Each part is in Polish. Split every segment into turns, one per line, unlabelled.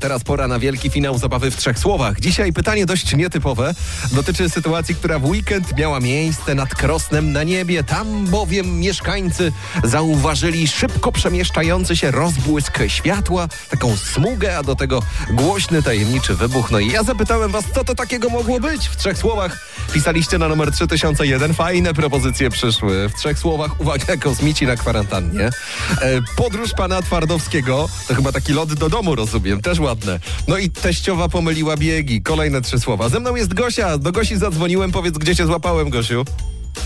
Teraz pora na wielki finał zabawy w trzech słowach. Dzisiaj pytanie dość nietypowe. Dotyczy sytuacji, która w weekend miała miejsce nad Krosnem na niebie. Tam bowiem mieszkańcy zauważyli szybko przemieszczający się rozbłysk światła, taką smugę, a do tego głośny, tajemniczy wybuch. No i ja zapytałem was, co to takiego mogło być w trzech słowach. Pisaliście na numer 3001. Fajne propozycje przyszły. W trzech słowach, uwaga, kosmici na kwarantannie. E, podróż pana Twardowskiego, to chyba taki lot do domu, rozumiem, też ładne. No i teściowa pomyliła biegi. Kolejne trzy słowa. Ze mną jest Gosia. Do Gosi zadzwoniłem, powiedz, gdzie cię złapałem, Gosiu.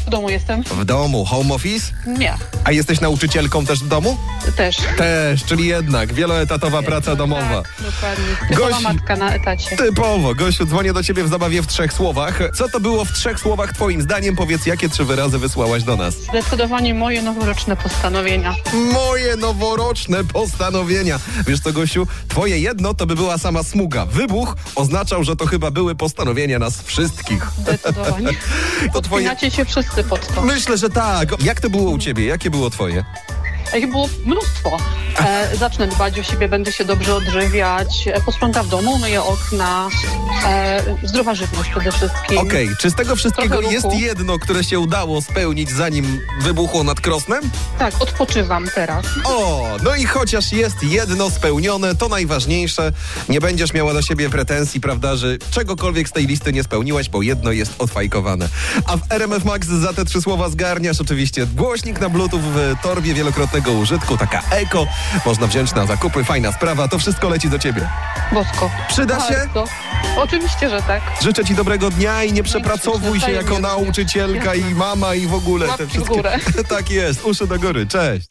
W domu jestem?
W domu, home office?
Nie,
A jesteś nauczycielką też w domu?
też.
Też, czyli jednak, wieloetatowa praca domowa.
Tak, dokładnie. Typowa
Gosi-
matka na etacie.
Typowo, Gosiu, dzwonię do ciebie w zabawie w trzech słowach. Co to było w trzech słowach twoim zdaniem? Powiedz, jakie trzy wyrazy wysłałaś do nas?
Zdecydowanie moje noworoczne postanowienia.
Moje noworoczne postanowienia. Wiesz co, Gosiu, twoje jedno to by była sama smuga. Wybuch oznaczał, że to chyba były postanowienia nas wszystkich.
Zdecydowanie.
To twoje...
Podpinacie się wszyscy pod to.
Myślę, że tak. Jak to było u ciebie? Jakie było twoje?
A Ich było mnóstwo. E, zacznę dbać o siebie, będę się dobrze odżywiać. E, posprzątam w domu, myję okna. E, zdrowa żywność przede wszystkim.
Okej, czy z tego wszystkiego
Trochę
jest
ruchu.
jedno, które się udało spełnić zanim wybuchło nad Krosnem?
Tak, odpoczywam teraz.
O, no i chociaż jest jedno spełnione, to najważniejsze. Nie będziesz miała do siebie pretensji, prawda, że czegokolwiek z tej listy nie spełniłaś, bo jedno jest odfajkowane. A w RMF Max za te trzy słowa zgarniasz oczywiście głośnik na bluetooth w torbie wielokrotnego użytku, taka eko. Można wziąć na zakupy, fajna sprawa, to wszystko leci do ciebie.
Bosko.
Przyda się?
Bardzo. Oczywiście, że tak.
Życzę ci dobrego dnia i nie przepracowuj się
wzajemnie
jako
również.
nauczycielka i mama i w ogóle te
Łapki w
wszystkie.
górę.
Tak jest, uszy do góry, cześć.